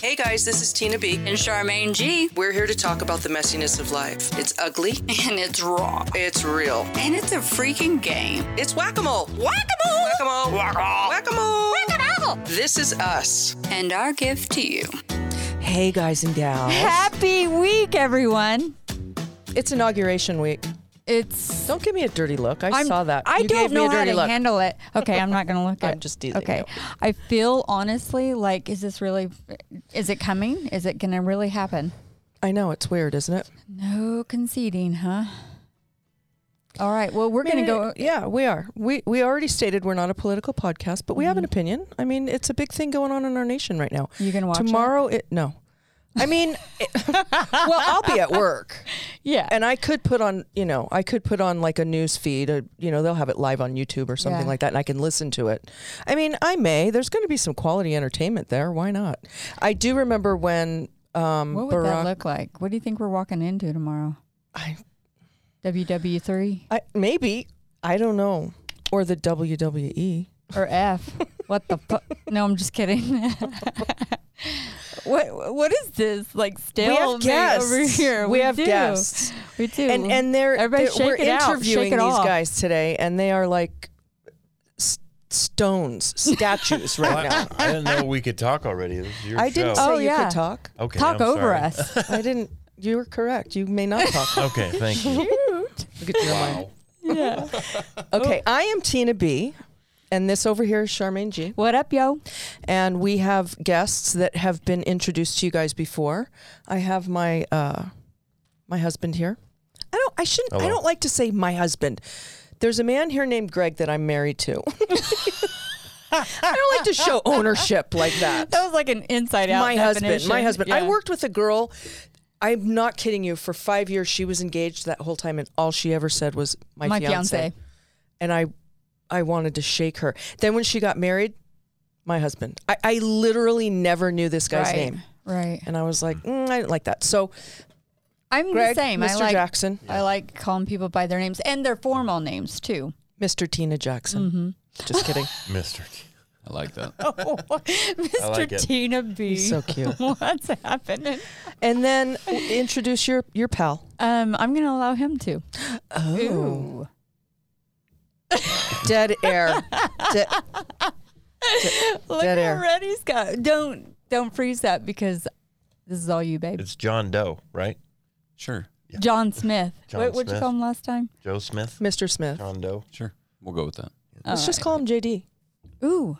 Hey guys, this is Tina B. and Charmaine G. We're here to talk about the messiness of life. It's ugly, And it's raw. it's real, And it's a freaking game. it's whack a mole. Whack a Whack a mole. Whack a mole. This is us. And our gift to you. Hey, guys and gals. Happy week, everyone. It's inauguration week. It's. Don't give me a dirty look. I I'm- saw that. I you don't gave know me a how dirty to look. handle it. Okay, I'm not going to look at I'm just teasing Okay. you. I feel honestly like, is this really, is it coming? Is it going to really happen? I know. It's weird, isn't it? No conceding, huh? All right. Well, we're going to go. Yeah, we are. We, we already stated we're not a political podcast, but we have an opinion. I mean, it's a big thing going on in our nation right now. Mm-hmm. You going to watch it? Tomorrow, it? no. I mean, it- well, I'll be at work. Yeah. and I could put on, you know, I could put on like a news feed, or, you know, they'll have it live on YouTube or something Yeah. like that, and I can listen to it. I mean, I may. There's going to be some quality entertainment there. Why not? I do remember when um, what would Barack. that look like? What do you think we're walking into tomorrow? I, WW3 I maybe I don't know, or the E. WWE. or F? what the fuck? No, I'm just kidding. what What is this? Like still we have guests over here. We, have do. guests, We do. and and they're, Everybody they're- shake we're it out. Shake interviewing it these off. guys today, and they are like s- stones, statues right Well, I- now. I didn't know we could talk already. This is your I didn't say show. Oh, you yeah. could talk. okay, talk I'm over sorry. us. I didn't. You were correct. You may not talk. Okay, thank you. Look at your mind. Okay, I am Tina B, and this over here is Charmaine G, what up, yo? and we have guests that have been introduced to you guys before. I have my uh, my husband here. I don't. I shouldn't. I Hello. don't like to say my husband. There's a man here named Greg that I'm married to. I don't like to show ownership like that. That was like an inside out. my husband. My definition. husband. Yeah. I worked with a girl. I'm not kidding you. For five years, she was engaged that whole time, and all she ever said was my, my fiance. fiance. And I, I wanted to shake her. Then when she got married, my husband. I, I literally never knew this guy's right. name, Right. and I was like, mm, I didn't like that. So I'm Greg, the same. Mr. I like Jackson, I like calling people by their names and their formal names too. Mr. Tina Jackson. Mm-hmm. Just kidding. Mister. I like that. Mr. like it. Tina B. He's so cute. What's happening? and then introduce your your pal, Um, I'm gonna allow him to. Oh. Dead Air. De- Look Dead how air. red he's got. Don't don't freeze that because this is all you, babe. It's John Doe, right? Sure, John Smith. John what would you Smith. call him last time? Joe Smith. Mr. Smith. Oh. John Doe. sure. We'll go with that. Let's just call him JD. Ooh,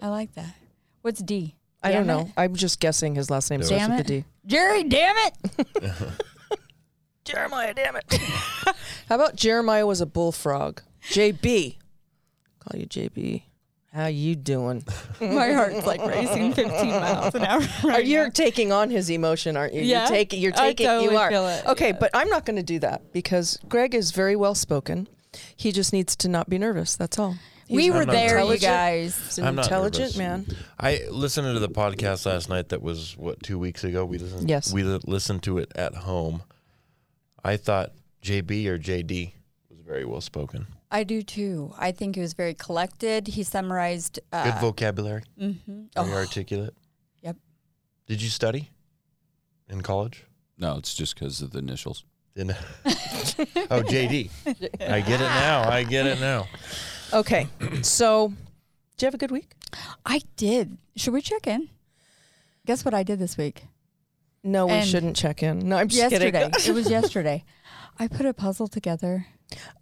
I like that. What's D? I don't Damn know. I'm just guessing his last name Do it. starts Damn with a it. D. Jerry, damn it! Jeremiah, damn it. How about Jeremiah was a bullfrog? JB. Call you JB. How you doing? My heart's like racing 15 miles an hour. Are Right you're taking on his emotion, aren't you? Yeah. You're taking you're I taking totally you are. feel it, okay, yeah. but I'm not gonna do that because Greg is very well spoken. He just needs to not be nervous. That's all. now. We He's were I'm not there, you intelligent. guys. He's an I'm not intelligent nervous. man. I listened to the podcast last night. That was what two weeks ago. We listened. Yes. We li- listened to it at home. I thought JB or JD was very well spoken. I do too. I think he was very collected. He summarized. Uh, Good vocabulary. mhm. Very Oh, articulate. Yep. Did you study in college? No, it's just because of the initials. In- oh, JD. I get it now. I get it now. Okay. So did you have a good week? I did. Should we check in? Guess what I did this week? No, we And- shouldn't check in. No, I'm just yesterday. kidding. it was yesterday. I put a puzzle together.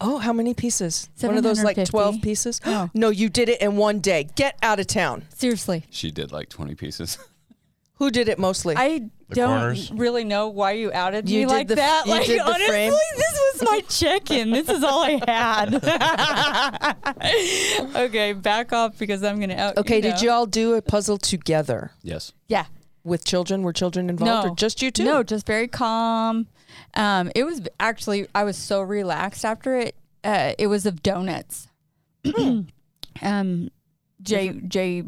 Oh, how many pieces? One of those like 750. 12 pieces? No. no, you did it in one day. Get out of town. Seriously, She did like 20 pieces. Who did it mostly? I don't corners. really know why you outed You me did like the- that. you like did the honestly, frame. this was my check-in. this is all I had. okay, back off because I'm gonna out. okay, did know. you all do a puzzle together yes. Yeah. with children? Were children involved No. or just you two? No, just very calm. Um, it was actually I was so relaxed after it. Uh, it was of donuts. um, J J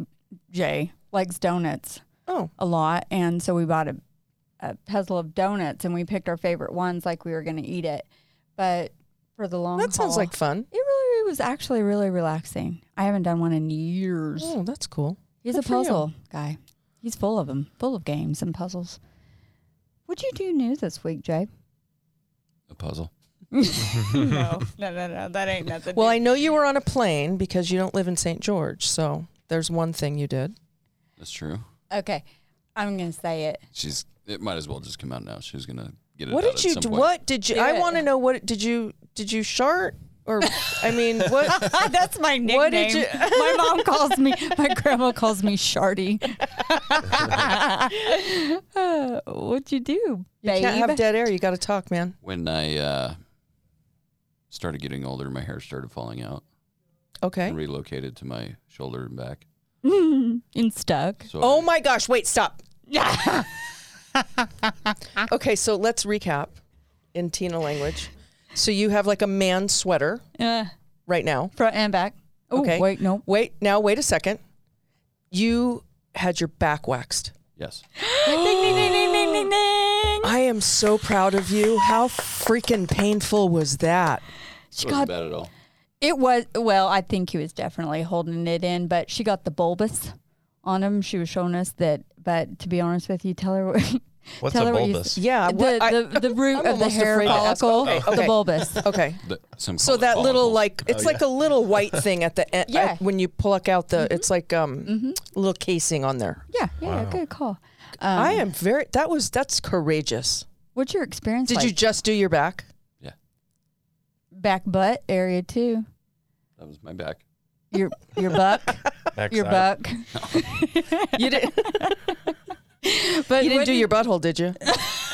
J likes donuts. Oh, a lot, and so we bought a, a puzzle of donuts, and we picked our favorite ones, like we were going to eat it. But for the long that sounds haul, like fun. it really was actually really relaxing. I haven't done one in years. Oh, that's cool. He's good a for you. puzzle guy. He's full of them, full of games and puzzles. What'd you do new this week, Jay? A puzzle. no, no, no, no. That ain't nothing. Well, new. I know you were on a plane because you don't live in St. George, so there's one thing you did. That's true. okay, I'm gonna say it. She's. It might as well just come out now. She's gonna get it. What did out at you some do? point. What did you? Do I it. want to know what did you did you shart or I mean what? That's my nickname. What did my mom calls me. My grandma calls me Shardy. Uh, what'd you do, You babe? can't have dead air. You got to talk, man. When I uh, started getting older, my hair started falling out. Okay. And relocated to my shoulder and back. and stuck. So Oh my gosh! Wait, stop. okay, so let's recap in Tina language. So you have like a man sweater Uh, right now. front and back. Oh, Okay. wait, no. Wait, now wait a second. You had your back waxed. yes, I am so proud of you. How freaking painful was that? She it got wasn't bad at all. it was well. I think he was definitely holding it in, but she got the bulbous on him. She was showing us that. But to be honest with you, tell her what- What's tell a her what you- bulbous? Yeah. the, what- I- the, the I'm root of the almost hair afraid to ask. Oh, follicle, Okay, okay. the bulbous. okay. The, some So call it that little follicles. like it's like a little white thing at the end Yeah. Mm-hmm. at- when you pluck out the it's like um little casing on there. Yeah, yeah, good call. Um, I am very that was that's courageous. What's your experience? Did like? you just do your back? yeah. back butt area too? That was my back. Your your buck, your Backside. buck. You didn't But you didn't what do your butthole, did you?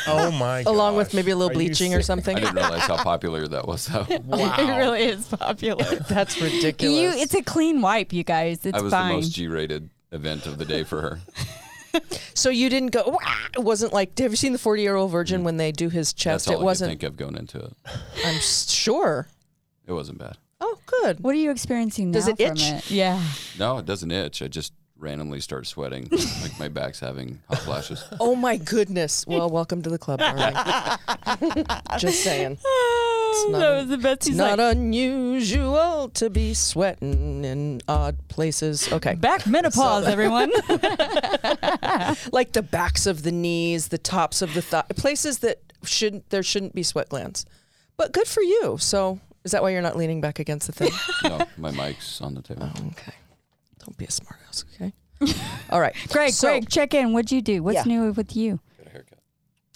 Oh my. Along gosh. with maybe a little Are you bleaching or sick? I something. didn't realize how popular that was. Though. It really is popular. That's ridiculous. you, it's a clean wipe, you guys. It's I was the fine. most G-rated event of the day for her. so you didn't go "Wah!" it wasn't like have you seen the 40-year-old virgin when they do his That's chest? all I It could wasn't think of going into it. I'm s- sure. It wasn't bad. Oh, good. what are you experiencing now Does it from itch? it? Yeah. No, it doesn't itch. I just randomly start sweating, like my back's having hot flashes. Oh my goodness. Well, welcome to the club. Maureen. Just saying. not that a- was the best. He's Not like, unusual to be sweating in odd places. Okay. back menopause, everyone. Like the backs of the knees, the tops of the thigh, places that shouldn't there shouldn't be sweat glands. But good for you. So, is that why you're not leaning back against the thing? Oh, No, my mic's on the table. okay. Don't be a smartass, okay? All right. Greg, So- Greg, check in. What'd you do? What's Yeah. new with you?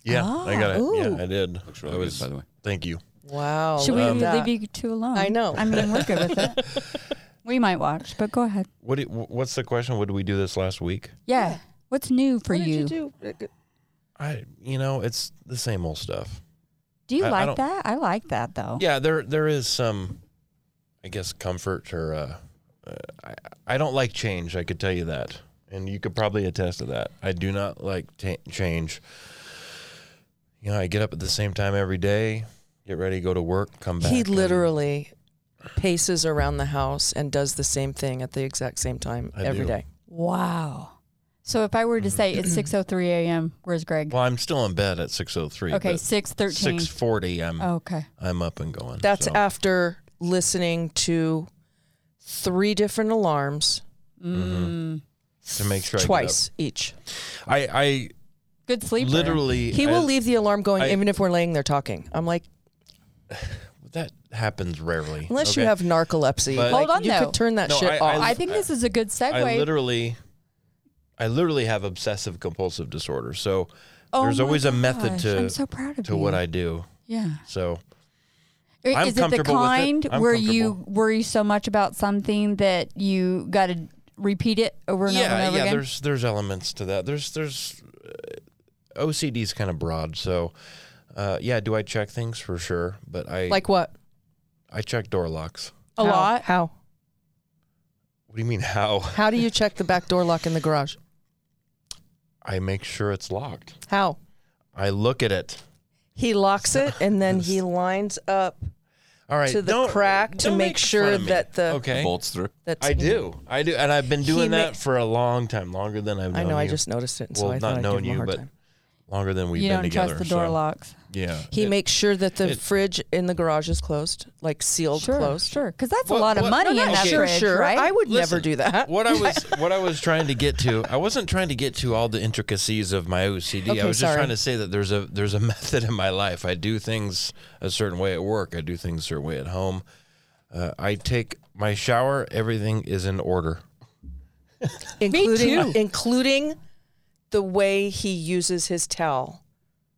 Yeah, I got Ah, it. ooh. Yeah, I did. Looks really I good, was. by the way. Thank you. Wow. Should we look at leave Oh, that. you two alone? I know. I mean, we're good with it. We might watch, but go ahead. What? Do, wh- what's the question? What did we do this last week? Yeah. What's new for What did you? you do? do? I. You know, it's the same old stuff. you I- I like don't- that? I like that though. Yeah, there there is some, I guess, comfort or. Uh, uh, I I don't like change. I could tell you that, and you could probably attest to that. I do not like ta change. You know, I get up at the same time every day, get ready, go to work, come back. He and- literally paces around the house and does the same thing at the exact same time I every day. do. Wow. So if I were to say it's 6:03 a.m., where's Greg? Well, I'm still in bed at six oh three. Okay, 6:13. Six forty. I'm Okay. I'm up and going. Oh. That's so. after listening to three different alarms Mm. uh-huh. to make sure I get up. twice each. I I Good sleep. literally He will I- leave the alarm going I- even if we're laying there talking. I'm like, That happens rarely. unless you okay? have narcolepsy, But- like, Hold on, you though. could turn that No, shit I- I- off. I think this is a good segue. I literally, I literally have obsessive compulsive disorder. So Oh there's my always a method gosh, to I'm so proud of to you. what I do. Yeah. So Is I'm it the comfortable with it. kind I'm where you comfortable. worry so much about something that you got to repeat it over and over and yeah, over yeah. again? There's there's elements to that. There's there's uh, OCD's kind of broad. So uh, yeah, do I check things for sure? But I like what? I check door locks. A How? lot. How? What do you mean how? How do you check the back door lock in the garage? I make sure it's locked. How? I look at it. He locks it and then he lines up All right, to the don't- crack to don't make fun sure of me. that the- okay. Bolts through. that's I do, I do, and I've been He doing ma- that for a long time, longer than I've. I known know. I you. just noticed it, and so well, I not thought I'd give knowing him a you, hard but time. longer than we've you been don't together. trust the door so. locks. Yeah. He It- makes sure that the it- fridge in the garage is closed, like sealed Sure, closed. sure. Because that's What- a lot of what- money no, in no, that sure, fridge, right? I would Listen, never do that. What I was what I was trying to get to, I wasn't trying to get to all the intricacies of my OCD. Okay, I was sorry. just trying to say that there's a there's a method in my life. I do things a certain way at work. I do things a certain way at home. Uh, I take my shower. Everything is in order. including including the way he uses his towel.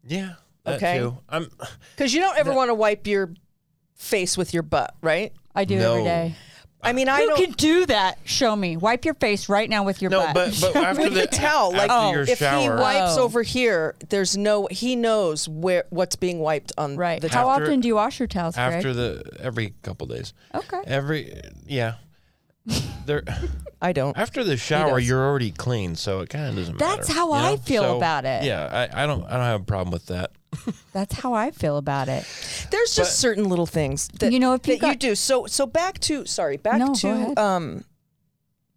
Yeah. that Okay. too. I'm Because you don't ever want to wipe your face with your butt, right? I do every No. day. I mean, I Who don't. can do that? Show me. Wipe your face right now with your no, butt. but but after with the the towel, like after your if he shower, wipes Oh. over here, there's no. He knows where what's being wiped on right. the How towel. After- often do you wash your towels, Greg? after the every couple days, okay. every yeah, there. I don't. After the shower, does. you're already clean, so it kind of doesn't matter. That's how I feel about it. Yeah, I, I don't I don't have a problem with that. That's how I feel about it. There's just certain little things that You know, if that you've you got- do. So so back to sorry, back No, go ahead. to um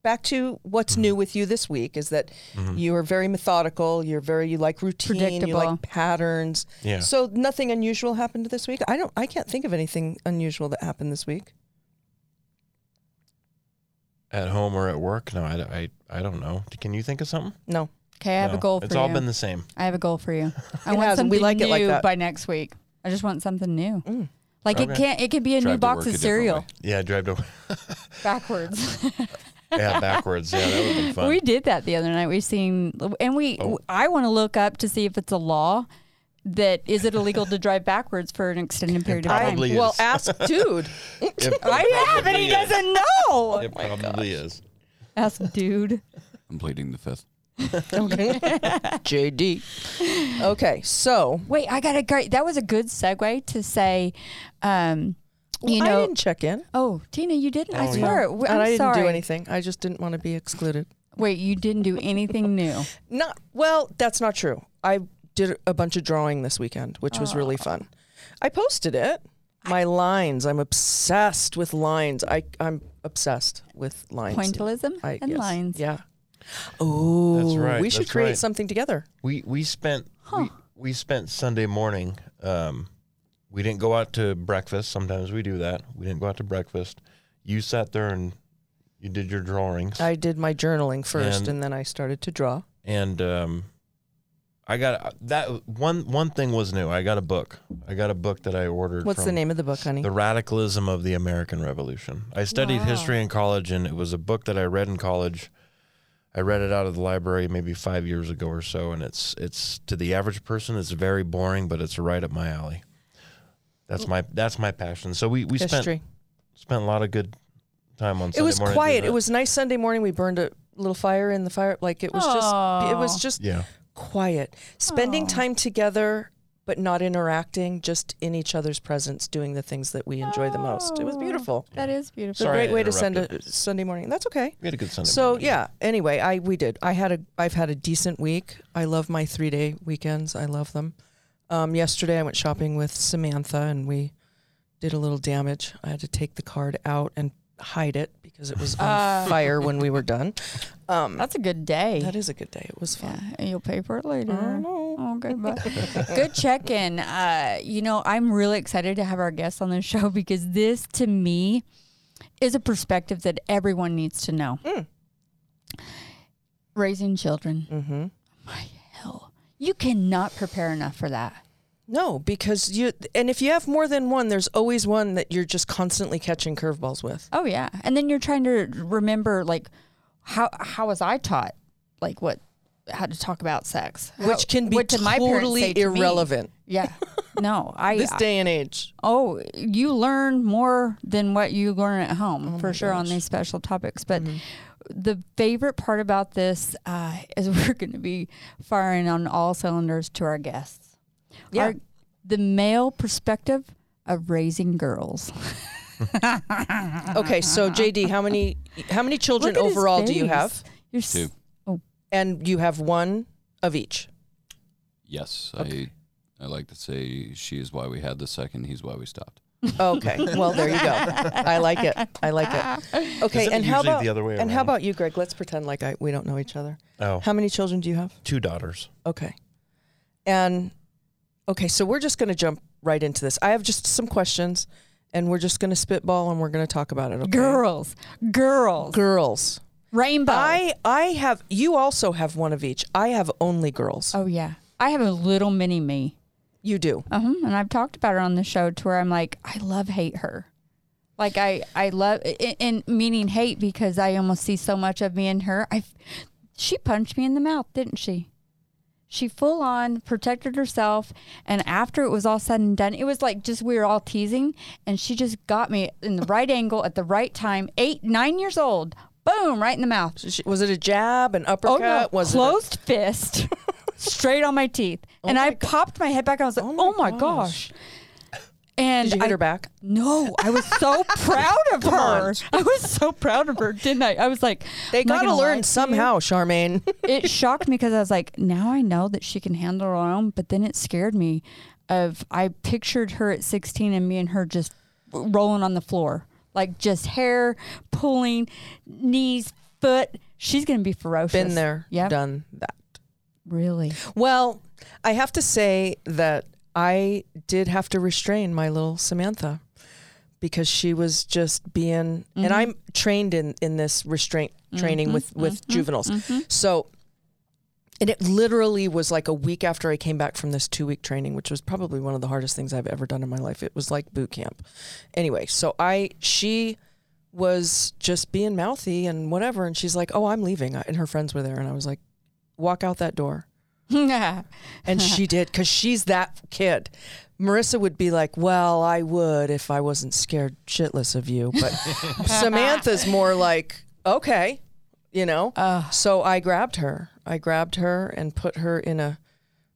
back to what's new with you this week is that Mm-hmm. you are very methodical, you're very you like routine, you Predictable. like patterns. Yeah. So nothing unusual happened this week? I don't I can't think of anything unusual that happened this week. At home or at work? No, I, I, I don't know. Can you think of something? No. Okay, I have No. a goal for It's you. all been the same. I have a goal for you. I It has, want and something we like new it like that. by next week. I just want something new. Mm. Like it Okay. can't. It could be a Tried new to box work of a different cereal way. Yeah, I drive to backwards. yeah backwards. Yeah, that would have been fun. Oh. We did that the other night. We seen and we. I want to look up to see if it's a law that is it illegal to drive backwards for an extended period of time. Probably Well, is. ask dude. It I have, and probably he is. doesn't know. It probably is. Ask dude. I'm pleading the fifth. Okay. JD. Okay. So, Wait, I got a great. That was a good segue to say. Um, you I know. didn't check in. oh, Tina, you didn't. I Oh, swear. No. W- and I'm I didn't sorry. do anything. I just didn't want to be excluded. Wait, you didn't do anything new. Not well, that's not true. I did a bunch of drawing this weekend, which was Oh. really fun. I posted it. My lines. I'm obsessed with lines. I I'm obsessed with lines. Pointillism I, and yes. lines. Yeah. Oh, right, we should that's create right. something together. We we spent we, we spent Sunday morning. Um, we didn't go out to breakfast. Sometimes we do that. We didn't go out to breakfast. You sat there and you did your drawings. I did my journaling first, And- and then I started to draw. and um, I got that one. One thing was new. I got a book. I got a book that I ordered. What's the from name of the book, honey? The Radicalism of the American Revolution. I studied history in college, and it was a book that I read in college. I read it out of the library maybe five years ago or so, and it's it's to the average person, it's very boring, but it's right up my alley. That's my that's my passion. So we we spent History. spent a lot of good time on. It Sunday was morning quiet. doing It that. was nice Sunday morning. We burned a little fire in the fire. Like it was just. It was Aw. just. yeah. quiet, spending Aw. time together but not interacting, just in each other's presence, doing the things that we enjoy the most. It was Oh. beautiful. That is It's a beautiful. Sorry great I way to send a interrupted. Sunday morning. That's okay. We had a good Sunday. So morning. yeah. Anyway, I we did. I had a I've had a decent week. I love my three day weekends. I love them. Um, yesterday I went shopping with Samantha and we did a little damage. I had to take the card out and hide it because it was on Uh. fire when we were done. Um, That's a good day. that is a good day. It was yeah, fun. and you'll pay for it later. I don't know. Okay, bye. Good check in. Uh, you know, I'm really excited to have our guests on the show because this, to me, is a perspective that everyone needs to know. Mm. Raising children. Mm-hmm. Hell, you cannot prepare enough for that. No, because you and if you have more than one, there's always one that you're just constantly catching curveballs with. Oh yeah, and then you're trying to remember like how how was I taught like what how to talk about sex, How- Which can be what did my parents say totally to me? irrelevant. Yeah, no, I This day and age. oh you learn more than what you learn at home Oh for sure on these special topics, but. Mm-hmm. The favorite part about this uh, is we're going to be firing on all cylinders to our guests. Yeah. Our- the male perspective of raising girls. Okay, so JD, how many how many children Uh-huh, Look at his overall do you face. have? You're s- Two. And you have one of each. Yes, I I like to say she is why we had the second. He's why we stopped. Okay. Well, there you go. I like it. I like it. Okay, Isn't it and how usually about the other way and how around? about you, Greg? Let's pretend like I we don't know each other. Oh, How many children do you have? two daughters. Okay. And Okay, so we're just going to jump right into this. I have just some questions, and we're just going to spitball and we're going to talk about it. Okay? Girls, girls, girls. rainbow. I I have. You also have one of each. I have only girls. oh yeah, I have a little mini me, You do. uh-huh. and I've talked about her on the show to where I'm like, I love hate her. Like I, I love, and, and meaning hate because I almost see so much of me in her. I, she punched me in the mouth, didn't she? She full on protected herself, and after it was all said and done, it was like just we were all teasing, and she just got me in the right angle at the right time. Eight, nine years old, boom, right in the mouth. Sh- Was it a jab, an uppercut? Oh no! Was Oh closed fist, straight on my teeth, and I popped my head back. I was like, "Oh my, gosh. And it? A, did you hit I- her back? No, I was so proud of her. I was so proud of her, didn't I? I was like, They "I'm not gotta gonna lie learn you." somehow, Charmaine. It shocked me because I was like, now I know that she can handle her own. But then it scared me. Of I pictured her at 16 and me and her just rolling on the floor, like just hair pulling, knees, foot. She's gonna be ferocious. Been there, Yep. done that. Really? Well, I have to say that I did have to restrain my little Samantha because she was just being and I'm trained in in this restraint Mm-hmm. training with with juveniles. So and it literally was like a week after I came back from this two week training, which was probably one of the hardest things I've ever done in my life. It was like boot camp. Anyway, so I she was just being mouthy and whatever, and she's like, "Oh, I'm leaving," and her friends were there, and I was like, "Walk out that door." Yeah. And she did because she's that kid. Marissa would be like, Well, I would if I wasn't scared shitless of you. But Samantha's more like, Okay, you know? so I grabbed her. I grabbed her and put her in a.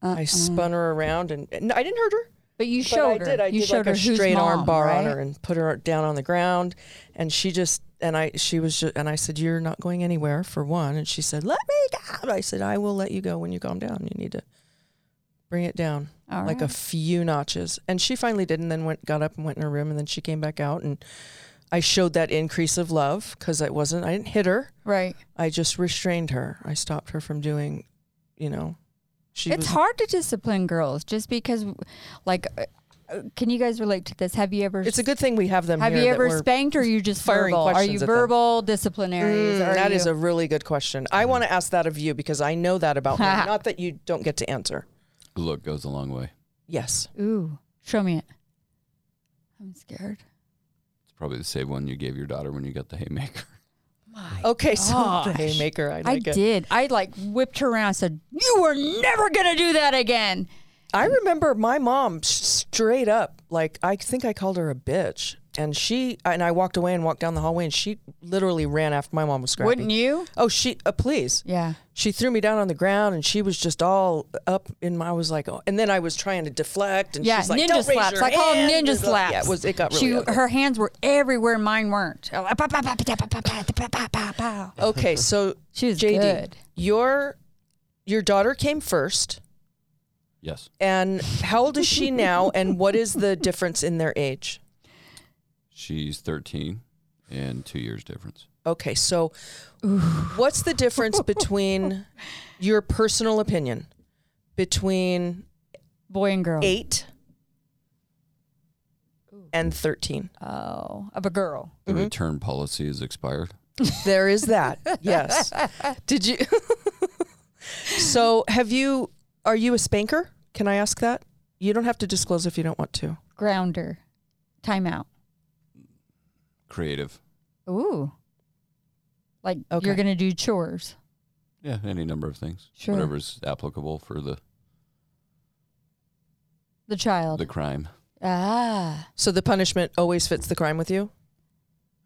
I spun her around and, and I didn't hurt her. Uh-uh. But you But showed I her. did. I you did showed like her a who's straight mom, arm bar right? on her and put her down on the ground, and she just and I she was just, and I said you're not going anywhere for one, and she said let me go. I said I will let you go when you calm down. You need to bring it down All like a few notches, and she finally did, and then went got up and went in her room, and then she came back out, and I showed that increase of love because I wasn't I didn't hit her. Right. I just restrained her. I stopped her from doing, you know, she It's was- hard to discipline girls just because, like, uh, uh, can you guys relate to this? Have you ever? It's a good thing we have them. have here you that ever we're- spanked or are you just firing verbal? Are questions you at them. verbal disciplinaries? Mm, are that is you- a really good question. I want to ask that of you because I know that about me. Not that you don't get to answer. Look goes a long way. Yes. Ooh, show me it. I'm scared. It's probably the same one you gave your daughter when you got the haymaker. Okay, so the Gosh. haymaker, I I like it. did. I like whipped her around. I said, "You are never gonna do that again." I remember my mom s- straight up, like I think I called her a bitch, and she and I walked away and walked down the hallway, and she literally ran after my mom was scrappy. Wouldn't you? Oh, she uh, please. Yeah. She threw me down on the ground, and she was just all up in my. I was like, oh, and then I was trying to deflect, and Yeah, she's like, ninja "Don't raise slaps. your I call them hand." ninja slaps. Yeah, it was. It got really. She, ugly. her hands were everywhere, mine weren't. Oh, Okay, so She was JD, good. your your daughter came first, Yes. and how old is she now? and what is the difference in their age? She's 13 and two years difference. Okay, so what's the difference between your personal opinion between Boy and girl. eight and thirteen? Oh, of a girl. The Mm-hmm. return policy is expired. There is that. Yes. Did you? so have you? Are you a spanker? Can I ask that? You don't have to disclose if you don't want to. Grounder. Timeout. Creative. Ooh. Like Okay. you're going to do chores. Yeah, any number of things. Sure. Whatever's applicable for the The child. the crime. ah. So the punishment always fits the crime with you?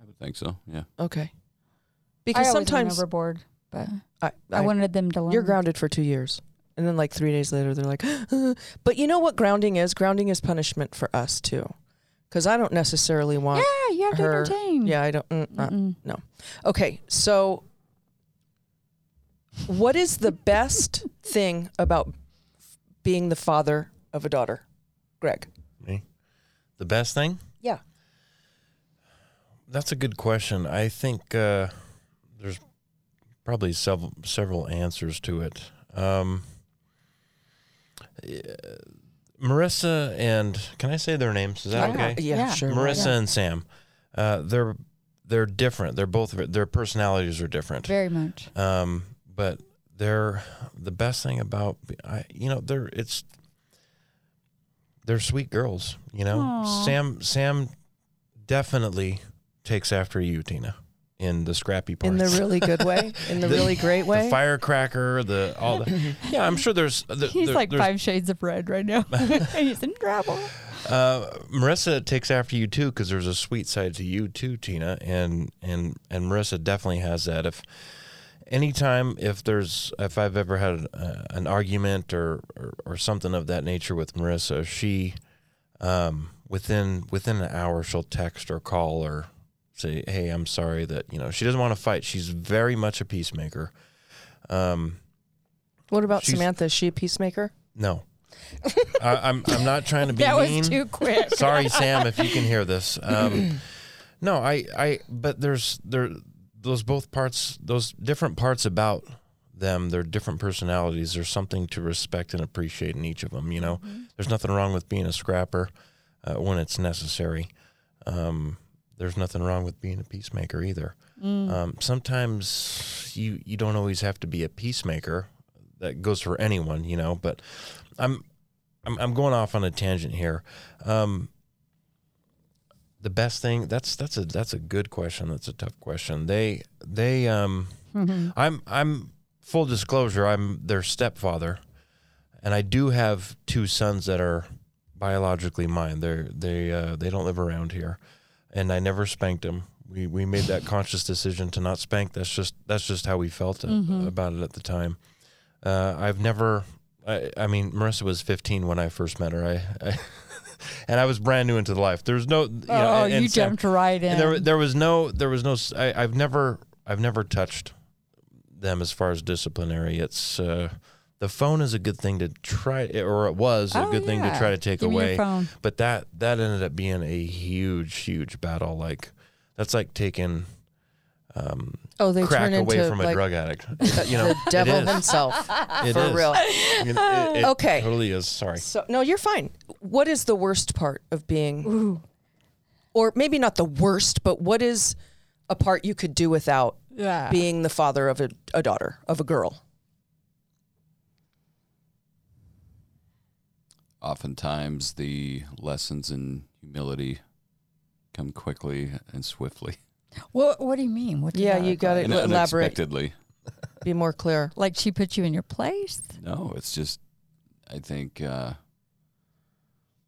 I would think so. Yeah. Okay. I Because always went sometimes overboard, but I, I, I- wanted them to learn. you're grounded for two years. And then like three days later, they're like, but you know what grounding is? Grounding is punishment for us too. Because I don't necessarily Yeah, want you have to her. entertain. Yeah, I don't. Mm, uh, Mm-mm. no. Okay. So what is the best thing about being the father of a daughter? Greg. Me. The best thing? Yeah. That's a good question. I think uh, there's probably several several answers to it. Um, eh, Marissa and can I say their names? Is that Yeah. okay? Yeah, Yeah. sure. why Marissa not? and Sam, uh, they're they're different. They're both their personalities are different. Very much. Um, but they're the best thing about I, you know they're it's they're sweet girls. You know, Aw. Sam Sam definitely takes after you, Tina, in the scrappy part. in the really good way, in the, The- really great way. the firecracker, the all the yeah. I'm sure there's the, He's there- like there's- five shades of red right now. He's in trouble. Uh, Marissa takes after you too because there's a sweet side to you too, Tina, and and and Marissa definitely has that. If anytime if there's if I've ever had uh, an argument or, or or something of that nature with Marissa, she um, within within an hour she'll text or call or say, "Hey, I'm sorry that you know." She doesn't want to fight. She's very much a peacemaker. Um, what about she's- Samantha? Is she a peacemaker? no, I, I'm I'm not trying to be That mean. was too quick. Sorry, Sam, if you can hear this. Um, no, I, I, but there's there, those both parts, those different parts about them, their different personalities. There's something to respect and appreciate in each of them. You know, there's nothing wrong with being a scrapper uh, when it's necessary. Um, there's nothing wrong with being a peacemaker either. Mm-hmm. Mm. Um, sometimes you you don't always have to be a peacemaker. That goes for anyone, you know. But I'm I'm, I'm going off on a tangent here. Um, the best thing that's that's a that's a good question. That's a tough question. They they um, Mm-hmm. I'm I'm full disclosure. I'm their stepfather, and I do have two sons that are biologically mine. They're they uh, they don't live around here, and I never spanked them. We we made that conscious decision to not spank. That's just that's just how we felt a- Mm-hmm. about it at the time. Uh, I've never. I, I mean, Marissa was 15 when I first met her. I, I and I was brand new into the life. There's no. You know, oh, and- you and Sam- jumped right in. and there, there was no, there was no. s- I, have never, I've never touched them as far as disciplinary. It's uh, the phone is a good thing to try, or it was a Oh, good thing to yeah. try to take Give me your away. phone. But that that ended up being a huge, huge battle. Like that's like taking um, Oh, they crack turn into away from a like drug addict. It- you know, the devil it is. himself It for is. real. I mean, it- it Okay. totally is. Sorry. So no, you're fine. What is the worst part of being, or maybe not the worst, but what is a part you could do without yeah. being the father of a, a daughter of a girl? Oftentimes, the lessons in humility come quickly and swiftly, what What do you mean? What do Yeah, that you look got like? it. and Elaborate. unexpectedly. Be more clear. Like she put you in your place. No, it's just, I think uh,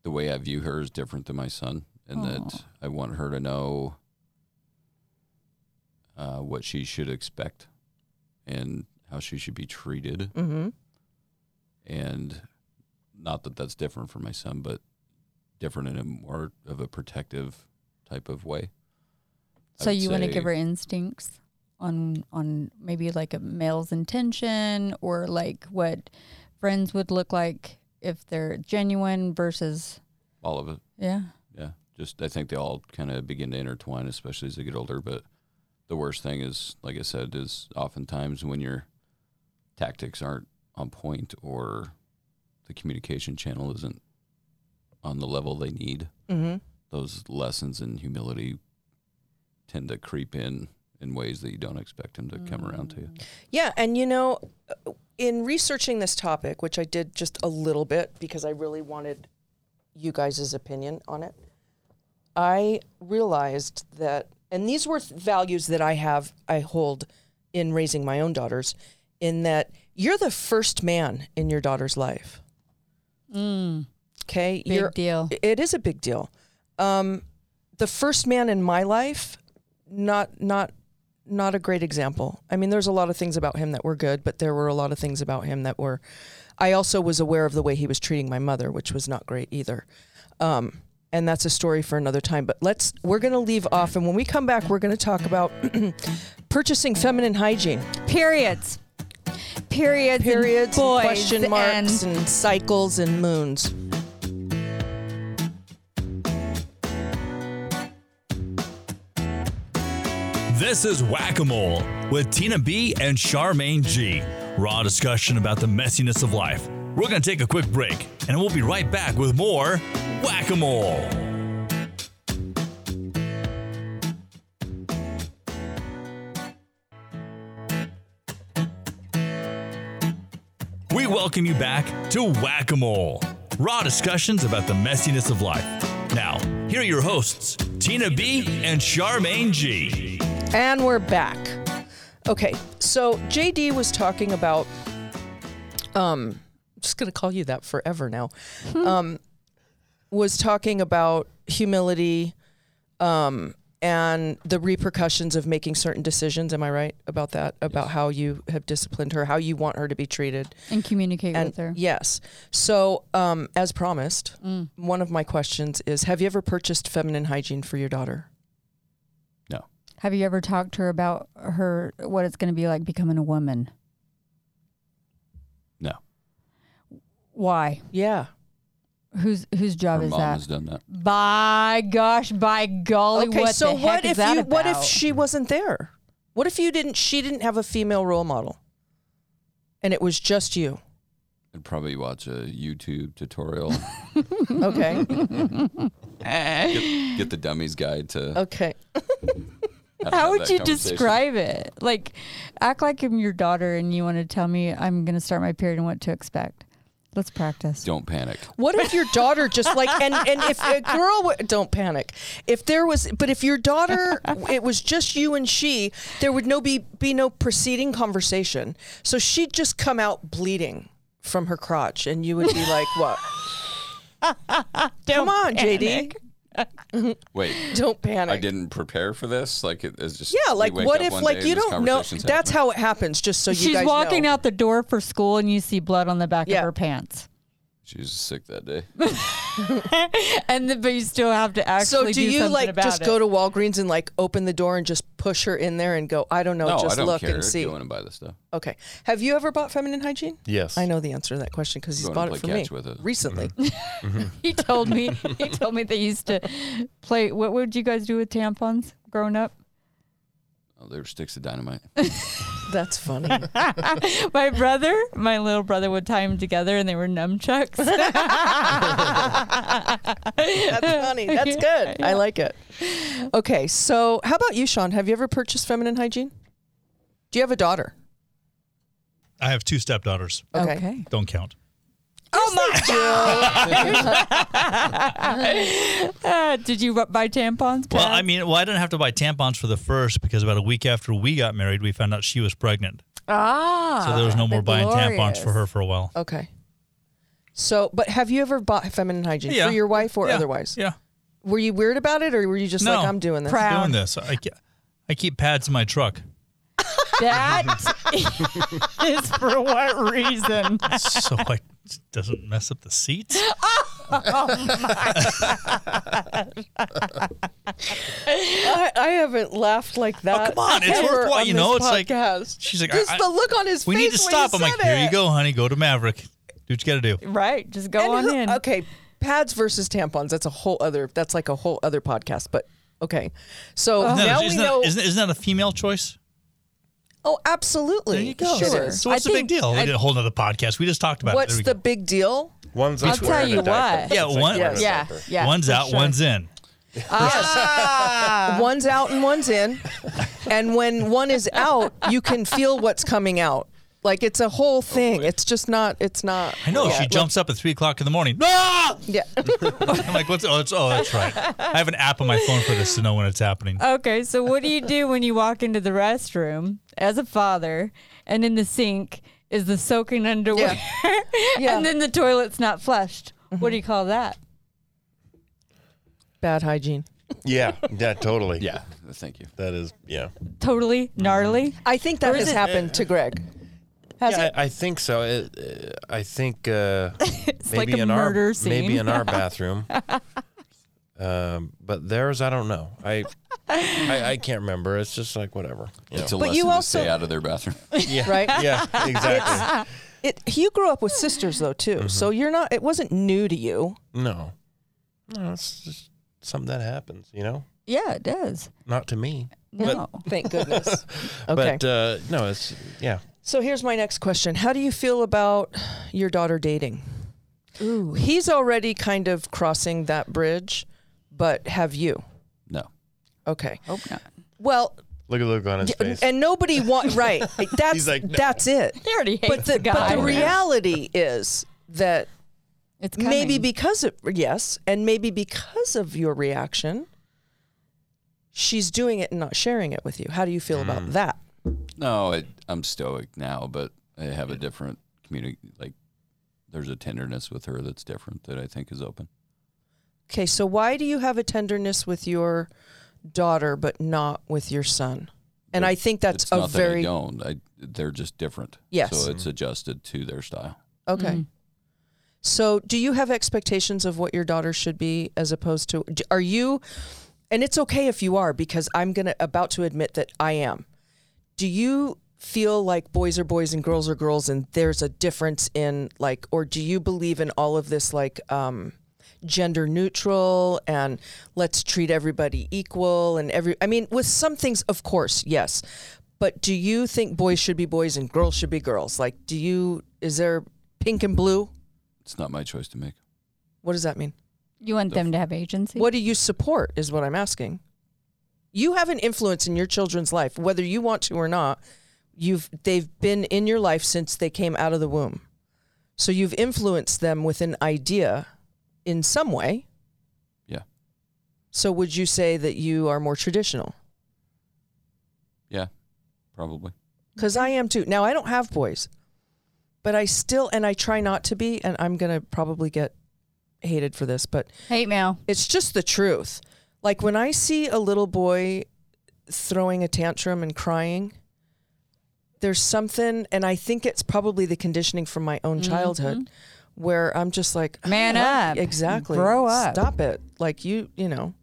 the way I view her is different than my son, and that I want her to know uh, what she should expect and how she should be treated. Mm-hmm. And not that that's different from my son, but different in a more of a protective type of way. I So would you want to say- give her instincts on on maybe like a male's intention or like what friends would look like if they're genuine versus all of it. yeah. Yeah. Just I think they all kind of begin to intertwine, especially as they get older. But the worst thing is, like I said, is oftentimes when your tactics aren't on point or the communication channel isn't on the level they need, Mm-hmm. those lessons in humility tend to creep in in ways that you don't expect them to come around to. Mm. Yeah, and you know, in researching this topic, which I did just a little bit because I really wanted you guys' opinion on it, I realized that, and these were th- values that I have, I hold in raising my own daughters, in that you're the first man in your daughter's life. Mm. Okay, Big you're deal. it is a big deal. Um, the first man in my life, not not not a great example. I mean, there's a lot of things about him that were good, but there were a lot of things about him that were. I also was aware of the way he was treating my mother, which was not great either. Um, and that's a story for another time. But let's we're going to leave off, and when we come back, we're going to talk about purchasing feminine hygiene Periods. Periods. periods, and boys and question marks, and- and cycles, and moons. This is Whack a Mole with Tina B and Charmaine G. Raw discussion about the messiness of life, We're going to take a quick break, and we'll be right back with more Whack a Mole. We welcome you back to Whack a Mole, raw discussions about the messiness of life. Now, here are your hosts, Tina B and Charmaine G. And we're back. Okay, so JD was talking about. Um, I'm just gonna call you that forever now. Hmm. um, was talking about humility, um, and the repercussions of making certain decisions. Am I right about that? About how you have disciplined her, how you want her to be treated, and communicate and with her. Mm. yes. So, um, as promised, one of my questions is: Have you ever purchased feminine hygiene for your daughter? No. Have you ever talked to her about her what it's going to be like becoming a woman? No. Why? Yeah. Whose whose job Her is mom that? has done that. by gosh, by golly, Okay, what so the heck what is if that you, what if about? she wasn't there? What if you didn't? She didn't have a female role model, and it was just you. I'd probably watch a YouTube tutorial, Okay, get, get the dummies guide to. okay. how to How have would that you conversation. describe it? Like, act like I'm your daughter and you want to tell me I'm going to start my period and what to expect. Let's practice. Don't panic. What if your daughter just like and and if a girl w- don't panic, if there was but if your daughter it was just you and she, there would no be be no preceding conversation. So she'd just come out bleeding from her crotch, and you would be like, "What? come on, JD, Wait, don't panic." I didn't prepare for this. Like it, it's just. Yeah, we like wake what up if one day like and you this don't know? conversation's That's happening. how it happens. Just so you She's guys walking know. out the door for school and you see blood on the back Yeah. of her pants. She was sick that day. And then, but you still have to actually So do you something like about just it. go to Walgreens and like open the door and just push her in there and go? I don't know. no, just I don't look care. and see. Go in and buy this stuff. Okay. Have you ever bought feminine hygiene? Yes. I know the answer to that question because he's Go and bought it play for me catch with it. Mm-hmm. recently. He told me. He told me they used to play. What would you guys do with tampons growing up? Oh, there were sticks of dynamite. That's funny. my brother, my little brother would tie them together and they were nunchucks. That's funny. That's good. I like it. Okay. So how about you, Sean? Have you ever purchased feminine hygiene? Do you have a daughter? I have two stepdaughters. Okay. Don't count. Oh my god. Uh, did you bu- buy tampons? Well, Pat? I mean, well, I didn't have to buy tampons for the first because about a week after we got married, we found out she was pregnant. ah, So there was no the more buying tampons for glorious. her for a while. Okay. So, but have you ever bought feminine hygiene Yeah. for your wife or Yeah, otherwise? Yeah. Were you weird about it, or were you just No. like, "I'm doing this"? Proud. Doing this. I, ke- I keep pads in my truck. That is for what reason? so I it doesn't mess up the seats. I, I haven't laughed like that. Oh, come on, it's ever worthwhile, on you know, this it's like- podcast. she's like, I- just I- the look on his We face. need to when stop. he I'm like, said here you it." go, honey. Go to Maverick. Do what you got to do. Right, just go And on who- in. Okay, pads versus tampons. That's a whole other. That's like a whole other podcast. But okay, so No, now we isn't, know. that, isn't, isn't that a female choice? oh, absolutely. There you go. Sure. So what's I the think- big deal? We I- did a whole nother podcast. We just talked about What's it. the There we big deal? One's I'll out tell wearing you a diaper. what. It's Yeah, one- wearing a yeah, diaper. yeah. go. One's for out, sure. one's in. one's out and one's in. And when one is out, you can feel what's coming out. Like it's a whole thing. It's just not. It's not. I know. yeah, she jumps up at three o'clock in the morning. Ah! Yeah. I'm like, what's? Oh, it's, oh, that's right. I have an app on my phone for this to know when it's happening. Okay, so what do you do when you walk into the restroom as a father, and in the sink is the soaking underwear, Yeah. and then the toilet's not flushed? What do you call that? Bad hygiene. Yeah. Yeah. Totally. Yeah, thank you. That is. Yeah. Totally gnarly. I think that has happened to Greg. Has Yeah, it? I, I think so. It, uh, I think uh, It's maybe like a in murder our scene. maybe in our bathroom, um, but theirs I don't know. I, I I can't remember. It's just like whatever. You know. It's a But lesson you to also- stay out of their bathroom. yeah. Right. Yeah. Exactly. It, you grew up with sisters though too, so you're not. It wasn't new to you. no. No. It's just something that happens. You know. yeah, it does. Not to me. No. Thank goodness. Okay. But uh, no. It's yeah. So here's my next question. How do you feel about your daughter dating? Ooh. He's already kind of crossing that bridge, but have you? No. Okay. Hope not. Well, Look at the look on his d- face. and nobody wants right. That's He's like, "No." that's it. They already hate But the, the guy. but the reality is that it's maybe coming. because of yes, and maybe because of your reaction, she's doing it and not sharing it with you. How do you Mm. feel about that? No, I, I'm stoic now, but I have a different community. Like, there's a tenderness with her that's different that I think is open. Okay, so why do you have a tenderness with your daughter but not with your son? And I think that's it's a not very that I don't. I, they're just different. Yes. So it's adjusted to their style. okay. So, do you have expectations of what your daughter should be as opposed to d- are you and it's okay if you are because I'm going to about to admit that I am. Do you feel like boys are boys and girls are girls and there's a difference in like or do you believe in all of this like um gender neutral and let's treat everybody equal and every I mean with some things of course yes but do you think boys should be boys and girls should be girls like do you is there pink and blue It's not my choice to make. what does that mean you want them to have agency. what do you support is what I'm asking you have an influence in your children's life whether you want to or not you've they've been in your life since they came out of the womb so you've influenced them with an idea in some way Yeah. So would you say that you are more traditional? Yeah. Probably. Because I am too. Now I don't have boys, but I still and I try not to be, and I'm gonna probably get hated for this, but Hate mail. it's just the truth. Like when I see a little boy throwing a tantrum and crying, there's something, and I think it's probably the conditioning from my own childhood where I'm just like, I Mm-hmm. Man don't like- up. Exactly. Grow up. Stop it. Like you, you know.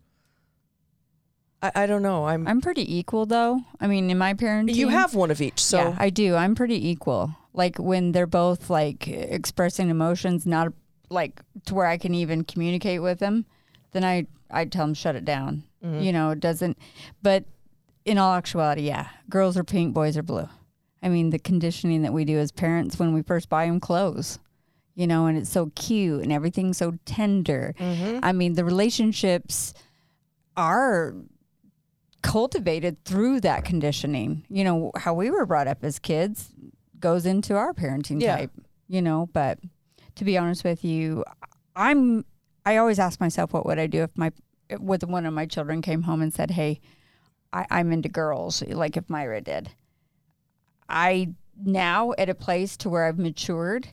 I, I don't know. I'm, I'm pretty equal though. I mean, in my parenting, you have one of each. So yeah, I do. I'm pretty equal. Like when they're both like expressing emotions, not like to where I can even communicate with them, then I I tell them shut it down. You know, it doesn't. But in all actuality, yeah, girls are pink, boys are blue. I mean, the conditioning that we do as parents when we first buy them clothes, you know, and it's so cute and everything's so tender. mm-hmm. I mean, the relationships are cultivated through that conditioning. You know, how we were brought up as kids goes into our parenting Yeah. type, you know, but to be honest with you, I'm I always ask myself what would I do if my with one of my children came home and said, "Hey, I, I'm into girls," like if Myra did. I now at a place to where I've matured,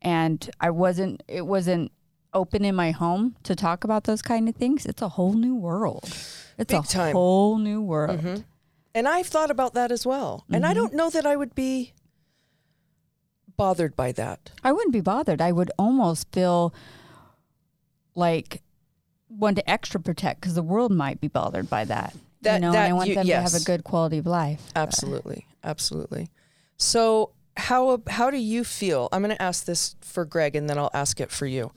and I wasn't. It wasn't open in my home to talk about those kind of things. It's a whole new world. It's a Big time. Mm-hmm. whole new world. And I've thought about that as well. And I don't know that I would be bothered by that. I wouldn't be bothered. I would almost feel like want to extra protect because the world might be bothered by that. That- you know, that and I want you- them to have yes. a good quality of life. but- Absolutely. Absolutely. So, how how do you feel? I'm going to ask this for Greg and then I'll ask it for you.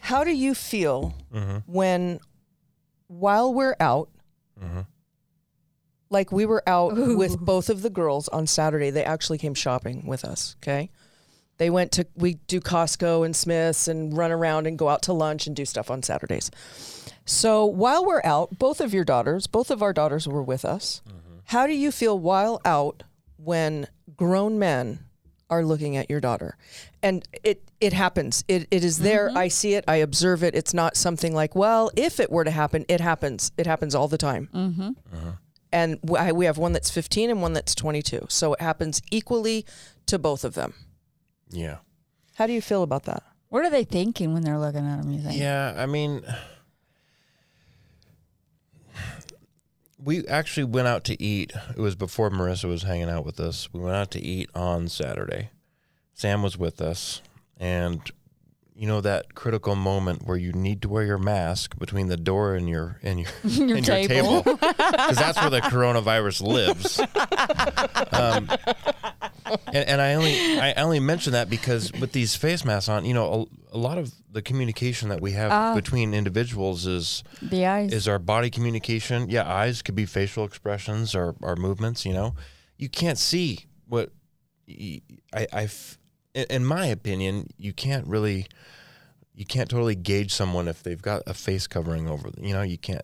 How do you feel Mm-hmm, when while we're out mm-hmm. like we were out with both of the girls on Saturday. They actually came shopping with us, okay? They went to we do Costco and Smith's and run around and go out to lunch and do stuff on Saturdays. So while we're out, both of your daughters, both of our daughters were with us. How do you feel while out when grown men are looking at your daughter? And it it happens. It it is there. I see it. I observe it. It's not something like, well, if it were to happen, it happens. It happens all the time and w- I- we have one that's 15 and one that's 22. So it happens equally to both of them. yeah. How do you feel about that? What are they thinking when they're looking at them? You think? Yeah, I mean, we actually went out to eat. It was before Marissa was hanging out with us. We went out to eat on Saturday. Sam was with us, and you know that critical moment where you need to wear your mask between the door and your and your, table. and your table because that's where the coronavirus lives. Um, and, and I only I only mention that because with these face masks on, you know, a, a lot of the communication that we have between individuals is The eyes. is our body communication. Yeah, eyes could be facial expressions or our movements. You know, you can't see what y- I, I f- in- in my opinion, you can't really, you can't totally gauge someone if they've got a face covering over. You know, you can't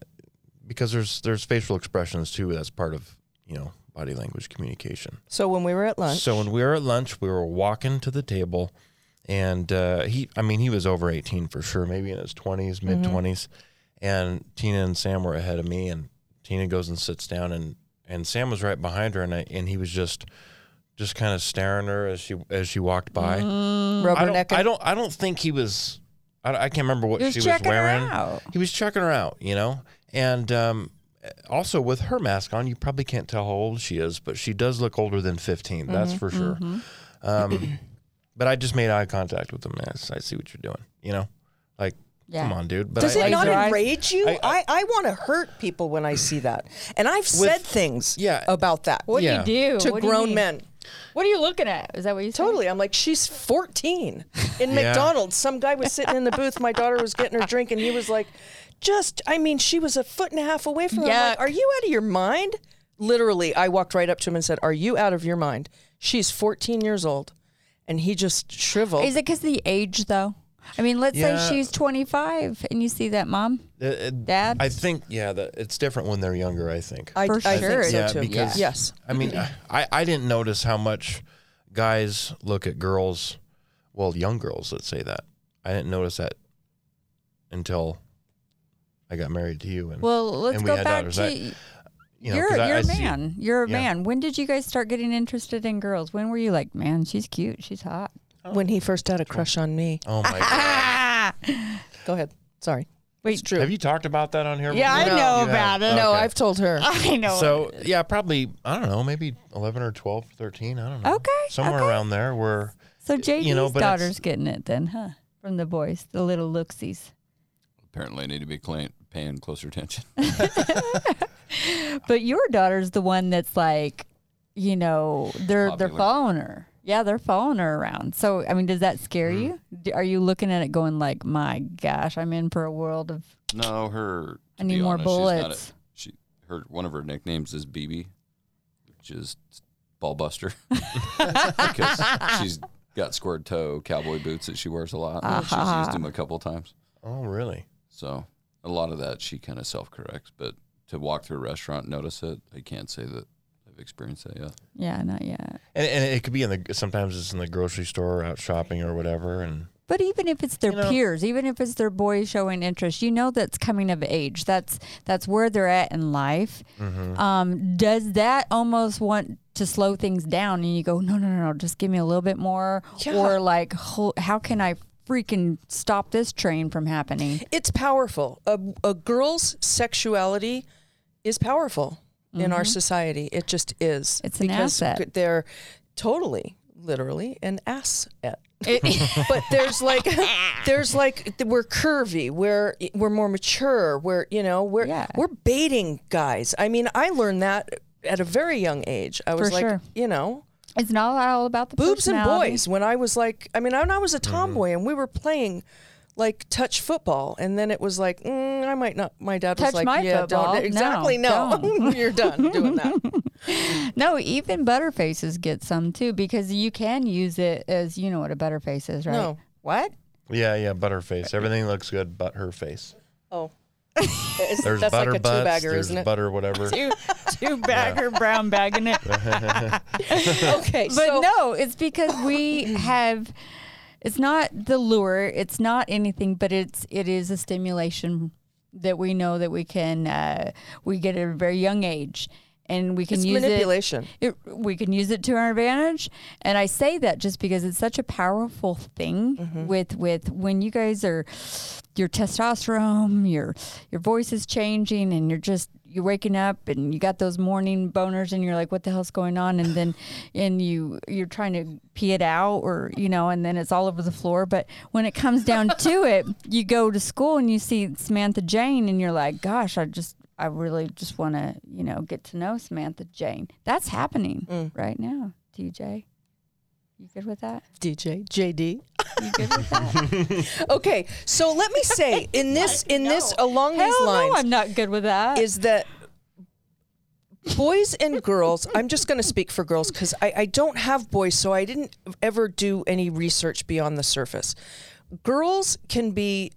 because there's there's facial expressions too. That's part of you know body language communication. So when we were at lunch, So when we were at lunch, we were walking to the table, and uh, he, I mean, he was over eighteen for sure, maybe in his twenties, mid Mm-hmm. 20s And Tina and Sam were ahead of me, and Tina goes and sits down, and and Sam was right behind her, and I, and he was just, just kind of staring her as she as she walked by. Mm-hmm. rubber I don't, necking. I don't, I don't think he was. I, I can't remember what He was she was checking her wearing. out. He was checking her out, you know, and um, also with her mask on, you probably can't tell how old she is, but she does look older than 15 That's Mm-hmm, for sure. Um, but I just made eye contact with him. and I s- I see what you're doing, you know, like Yeah. come on, dude. But Does I, it I- not Laser eyes. enrage you? I, I- I, want to hurt people when I see that. And I've said things yeah. about that What Yeah. do you do? to What do you grown mean? men. What are you looking at? Is that what you said? Totally. I'm like, she's 14. In Yeah. McDonald's, some guy was sitting in the booth. My daughter was getting her drink, and he was like, just, I mean, she was a foot and a half away from her. I'm like, Yuck. are you out of your mind? Literally, I walked right up to him and said, Are you out of your mind? She's 14 years old. And he just shriveled. Is it because the age though? I mean, let's Yeah. say she's 25 and you see that mom. uh, uh, Dad? I think, yeah, that it's different when they're younger. I think. I, For I sure think so yeah, too. because yes. I mean, I, I didn't notice how much guys look at girls, well, young girls, let's say that. I didn't notice that until I got married to you. And, Well, let's and we go had back daughters. to I- you you know, are 'cause you're I- I a see- man. You're a yeah. man. When did you guys start getting interested in girls? When were you like, man, she's cute, she's hot? When he first had a crush on me. oh my god! Go ahead. Sorry. Wait, true. Have you talked about that on here? before? You have? No, Okay. I've told her. I know. So yeah, probably I don't know, maybe eleven or 12, 13, I don't know. Okay, somewhere okay. around there. Where so JD's know, but it's- daughter's getting it then, huh? From the boys, the little looksies. Apparently, I need to be cla- paying closer attention. But your daughter's the one that's like, you know, they're they're Popular. following her. Yeah, they're following her around. So I mean, does that scare you? D- Are you looking at it going like, my gosh, I'm in for a world of No, her. I to be need more honest, she's not a- bullets. she her one of her nicknames is BB, which is ball buster because she's got squared toe cowboy boots that she wears a lot. Ah, and She's used them a couple times, oh really? so a lot of that she kind of self corrects. But to walk through a restaurant, and notice it, I can't say that I've experienced that yet. yeah, not yet. And, and it could be in the sometimes it's in the grocery store or out shopping or whatever. And But even if it's their peers, even if it's their boys showing interest, you know that's coming of age. That's that's where they're at in life. Um, does that almost want to slow things down? And you go, no, no, no, no, just give me a little bit more, or like, ho- how can I freaking stop this train from happening? It's powerful. A, a girl's sexuality is powerful in our society. It just is. Mm-hmm. It's an asset. They're totally, literally, an asset. but there's like, there's like, we're curvy. We're we're more mature. We're you know we're Yeah. we're baiting guys. I mean, I learned that at a very young age. I was like, sure. you know, It's not all about the boobs and personality. boys when I was like, I mean, when I was a tomboy Mm-hmm. and we were playing like touch football, and then it was like, mm, I might not. My dad Touch was like, my Yeah, football. don't e-" exactly. No, No, you're done doing that. No, even butterfaces get some too because you can use it as you know what a butterface is, right? No. What? yeah, yeah, butterface. Everything looks good, but her face. Oh, It's- There's that's butter like a two butts. bagger, there's isn't it? butter whatever. Two two bagger brown bagging it. okay, But so no, it's because we have. It's not the lure. It's not anything, but it's it is a stimulation that we know that we can uh, we get at a very young age, and we can It's use manipulation. It, it. We can use it to our advantage, and I say that just because it's such a powerful thing Mm-hmm. with with when you guys are your testosterone, your your voice is changing, and you're just you're waking up, and you got those morning boners, and you're like, what the hell's going on? And then, and you you're trying to pee it out, or you know, and then it's all over the floor. But when it comes down to it, you go to school and you see Samantha Jane, and you're like, gosh, I just I really just want to you know get to know Samantha Jane. That's happening right now, DJ. You good with that? DJ JD. You good with that? Okay, so let me say in this in this along these Hell lines no, I'm not good with that. is that boys and girls i'm just going to speak for girls because I, I don't have boys so i didn't ever do any research beyond the surface girls can be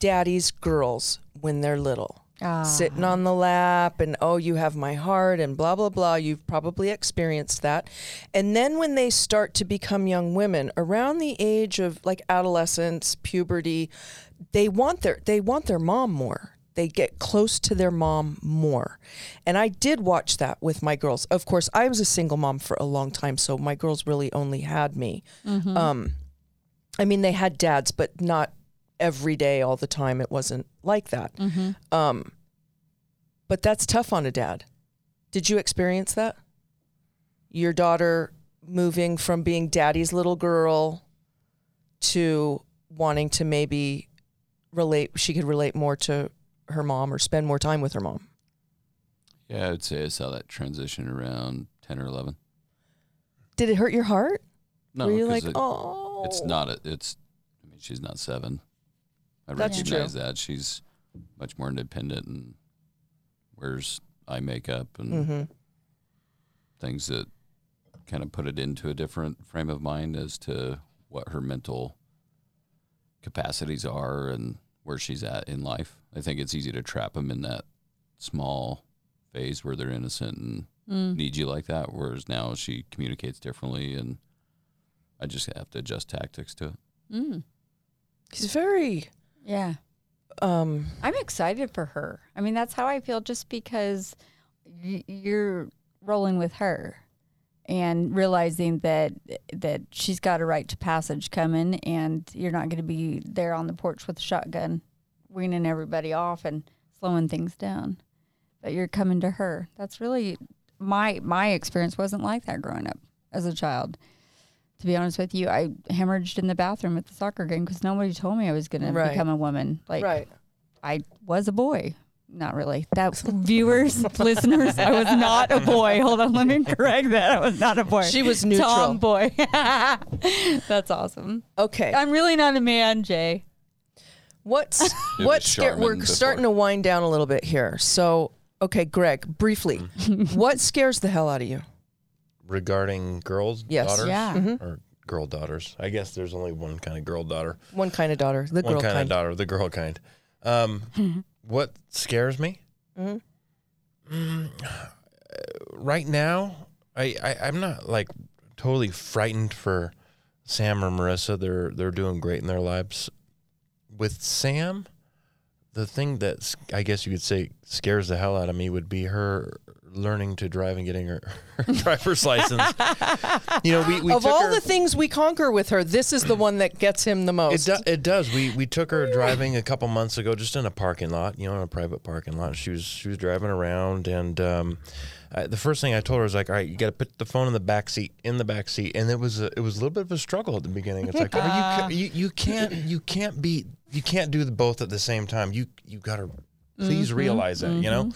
daddy's girls when they're little sitting on the lap and oh you have my heart and blah blah blah you've probably experienced that and then when they start to become young women around the age of like adolescence puberty they want their they want their mom more they get close to their mom more. And I did watch that with my girls. Of course, I was a single mom for a long time, so my girls really only had me. Um, I mean, they had dads, but not every day, all the time. It wasn't like that. Um, but that's tough on a dad. Did you experience that? Your daughter moving from being daddy's little girl to wanting to maybe relate, she could relate more to her mom or spend more time with her mom. Yeah, I would say I saw that transition around 10 or 11. Did it hurt your heart? No, Were you 'cause like, it- oh? it's not, a, it's, I mean, she's not seven. I That's recognize true. that. She's much more independent and wears eye makeup and hmm things that kind of put it into a different frame of mind as to what her mental capacities are and where she's at in life. I think it's easy to trap them in that small phase where they're innocent and Mm-hmm. need you like that, whereas now she communicates differently and I just have to adjust tactics to it. Mm. He's very. Yeah. Um, I'm excited for her. I mean, that's how I feel just because y- you're rolling with her and realizing that that she's got a right to passage coming and you're not going to be there on the porch with a shotgun weaning everybody off and slowing things down. But you're coming to her. That's really my my experience wasn't like that growing up as a child. To be honest with you, I hemorrhaged in the bathroom at the soccer game because nobody told me I was going Right. to become a woman. Like right. I was a boy. Not really. That viewers, listeners, I was not a boy. Hold on, let me correct that. I was not a boy. She was neutral. Tomboy. That's awesome. Okay. I'm really not a man, Jay. What's was what's sca- Charmin we're before. starting to wind down a little bit here. So, okay, Greg, briefly, Mm-hmm. what scares the hell out of you? Regarding girls, Yes. daughters, Yeah. Mm-hmm. or girl daughters. I guess there's only one kind of girl daughter. One kind of daughter, the one girl kind, kind. of daughter, the girl kind. Um, what scares me? Mhm. Mm, uh, right now, I, I I'm not like totally frightened for Sam or Marissa. They're they're doing great in their lives. With Sam, the thing that s- I guess you could say scares the hell out of me would be her learning to drive and getting her, her driver's license. you know, we, we of took all her- the things we conquer with her, this is the one that gets him the it, most. do, it does. We we took her driving a couple months ago, just in a parking lot, you know, in a private parking lot. She was she was driving around, and um, I, the first thing I told her was like, "All right, you got to put the phone in the back seat, in the back seat." And it was a, it was a little bit of a struggle at the beginning. It's like, Uh, "Are you, ca- you you can't you can't be you can't do the both at the same time. You you got to Mm-hmm, please realize that, you know."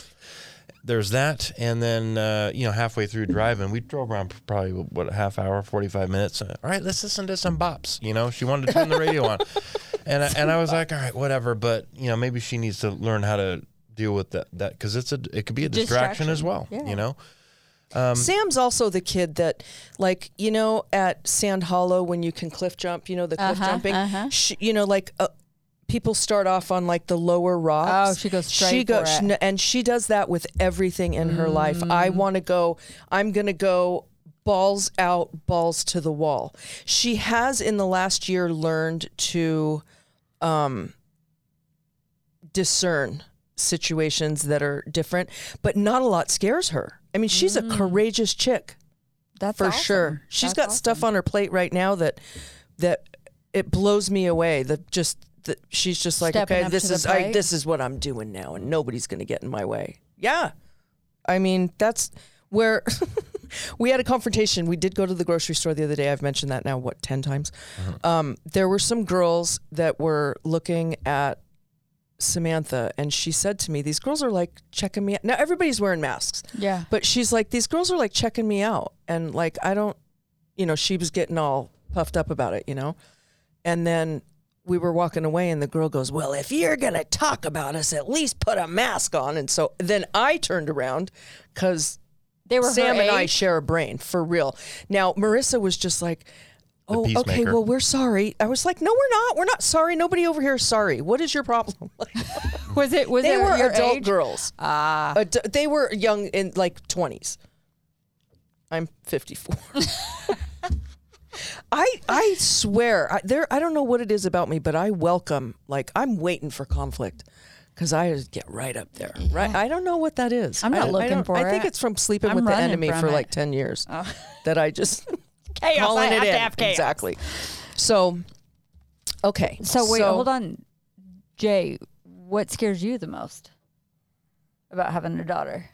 There's that, and then uh, you know, halfway through driving, we drove around for probably what a half hour, forty five minutes. Uh, All right, let's listen to some bops. You know, she wanted to turn the radio on, and I, and I was like, all right, whatever. But you know, maybe she needs to learn how to deal with that that because it's a it could be a distraction, as Distraction, well. yeah. You know, Um, Sam's also the kid that, like, you know, at Sand Hollow when you can cliff jump, you know, the cliff Uh-huh, jumping, uh-huh. sh you know, like uh, people start off on like the lower rocks. Oh, she goes straight She for sh- it. Mm. and she does that with everything in her life. I want to go. I'm gonna go balls out, balls to the wall. She has in the last year learned to um, discern situations that are different, but not a lot scares her. I mean, she's Mm. a courageous chick That's for awesome. sure. She's That's got stuff awesome. on her plate right now that that it blows me away. That just that she's just like, Stepping okay, up this to the is I, plate. this is what I'm doing now, and nobody's gonna get in my way. Yeah, I mean that's where we had a confrontation. We did go to the grocery store the other day. I've mentioned that now what ten times. Um, there were some girls that were looking at Samantha, and she said to me, "These girls are like checking me out." Now everybody's wearing masks. Yeah. But she's like, these girls are like checking me out. And like, I don't, you know, she was getting all puffed up about it, you know? And then we were walking away and the girl goes, well, if you're going to talk about us, at least put a mask on. And so then I turned around because They were her Sam and I age? share a brain for real. Now Marissa was just like, The "Oh, okay. peacemaker. Well, we're sorry." I was like, "No, we're not. We're not sorry. Nobody over here is sorry. What is your problem?" Was it? Was they it were your adult age? girls. Ah, they were young in like twenties. I'm 54. I I swear I, there I don't know what it is about me, but I welcome like I'm waiting for conflict because I just get right up there. Right, I don't know what that is. I'm I- not I looking don't- for I think it. it's from sleeping I'm with the running enemy from for it. Oh. like 10 years that I just Chaos. calling I it have in to have chaos. exactly. So okay, So wait, hold on, Jay. What scares you the most about having a daughter?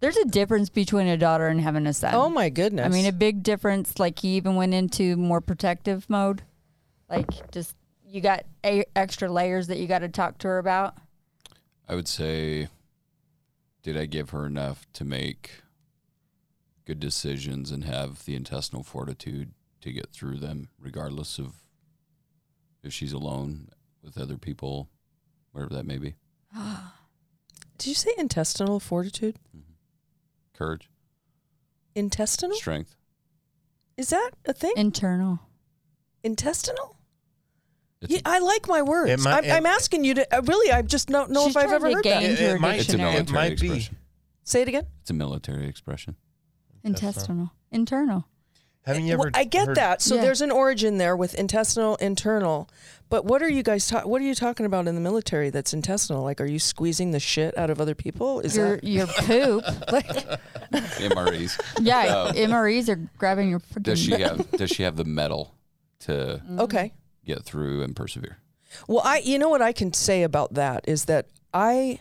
There's a difference between a daughter and having a son. Oh my goodness! I mean, a big difference. Like he even went into more protective mode. Like just you got a- extra layers that you got to talk to her about. I would say, did I give her enough to make good decisions and have the intestinal fortitude to get through them, regardless of if she's alone with other people, whatever that may be? did you say intestinal fortitude? Courage, Intestinal? strength. Is that a thing? Internal. intestinal? It's Yeah, I like my It words. might- I'm, I'm it- asking you to. I really, I just don't know if She's I've trying ever to heard gain- that. Into a might, It's a dictionary. it might be. expression. Say it again. It's a military expression. Intestinal. Internal. Haven't you ever? Well, I get heard- that. So Yeah. there's an origin there with intestinal, internal. But what are you guys? Ta- what are you talking about in the military? That's intestinal. Like, are you squeezing the shit out of other people? Is Your that your poop. MREs. yeah. MREs are grabbing your freaking. does she have? Does she have the metal to okay? get through and persevere? Well, I you know what I can say about that is that I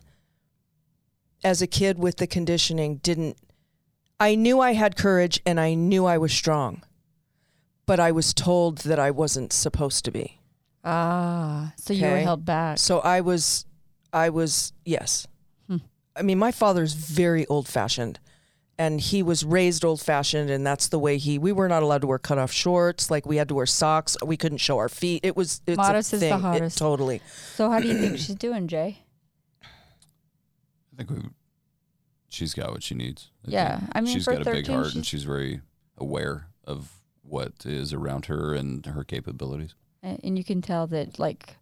as a kid with the conditioning didn't I knew I had courage and I knew I was strong. But I was told that I wasn't supposed to be. Ah, so you were Okay. held back. So I was I was yes. Hmm. I mean, my father's very old fashioned and he was raised old fashioned and that's the way he we were not allowed to wear cut off shorts, like we had to wear socks, we couldn't show our feet. It was it's Modest a is the thing. It- hottest. totally. So how do you think she's doing, Jay? I think we, she's got what she needs. I Yeah, think I mean, she's for got a big 13, heart and she's- she's very aware of what is around her and her capabilities. A- And you can tell that like,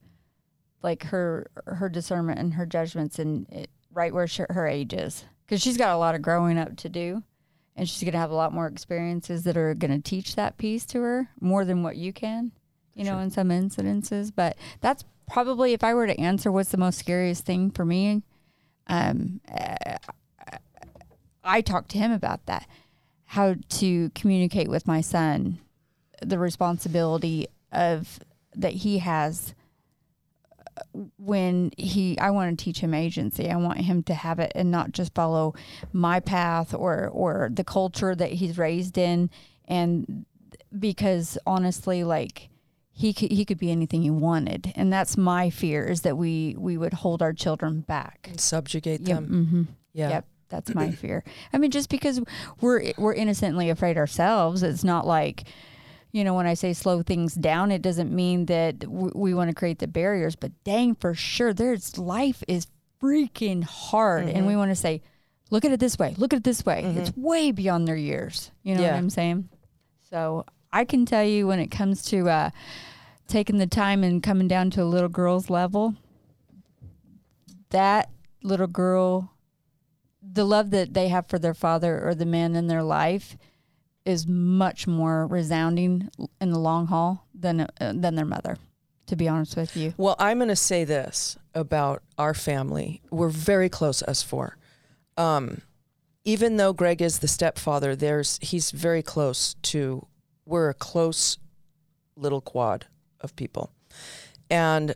like her her discernment and her judgments and it, right where she, her age is, because she's got a lot of growing up to do, and she's gonna have a lot more experiences that are gonna teach that piece to her more than what you can, you know, in some incidences. But that's probably if I were to answer what's the most scariest thing for me, um, uh, I talked to him about that, how to communicate with my son, the responsibility of that he has when he I want to teach him agency. I want him to have it and not just follow my path or or the culture that he's raised in and because honestly like he could, he could be anything he wanted and that's my fear is that we we would hold our children back. Subjugate Yep. them. hmm Yeah. Yep. That's my fear. I mean, just because we're we're innocently afraid ourselves, it's not like, you know, when I say slow things down, it doesn't mean that w- we want to create the barriers. But dang, for sure, there's life is freaking hard, and we want to say, look at it this way, look at it this way. It's way beyond their years. You know what Yeah. I'm saying? So I can tell you when it comes to uh, taking the time and coming down to a little girl's level, that little girl, the love that they have for their father or the man in their life is much more resounding in the long haul than uh, than their mother. To be honest with you, Well, I'm going to say this about our family. We're very close, us four. Um, even though Greg is the stepfather, there's he's very close to. We're a close little quad of people, and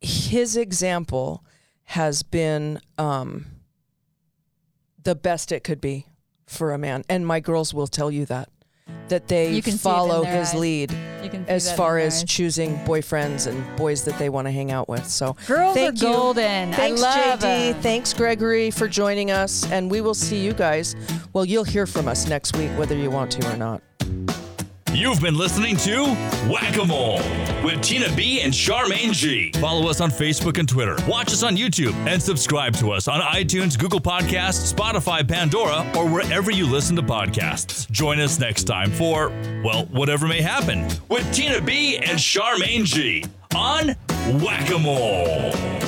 his example has been um, the best it could be for a man. And my girls will tell you that that they You can see it in follow their his eyes. lead you can see as that in far their as eyes. choosing boyfriends and boys that they want to hang out with. So girls thank are you. golden. Thanks, I love JD. 'em. Thanks, Gregory, for joining us. And we will see you guys. Well, you'll hear from us next week, whether you want to or not. You've been listening to Whack a Mole with Tina B and Charmaine G. Follow us on Facebook and Twitter. Watch us on YouTube and subscribe to us on iTunes, Google Podcasts, Spotify, Pandora, or wherever you listen to podcasts. Join us next time for, well, whatever may happen with Tina B and Charmaine G on Whack a Mole.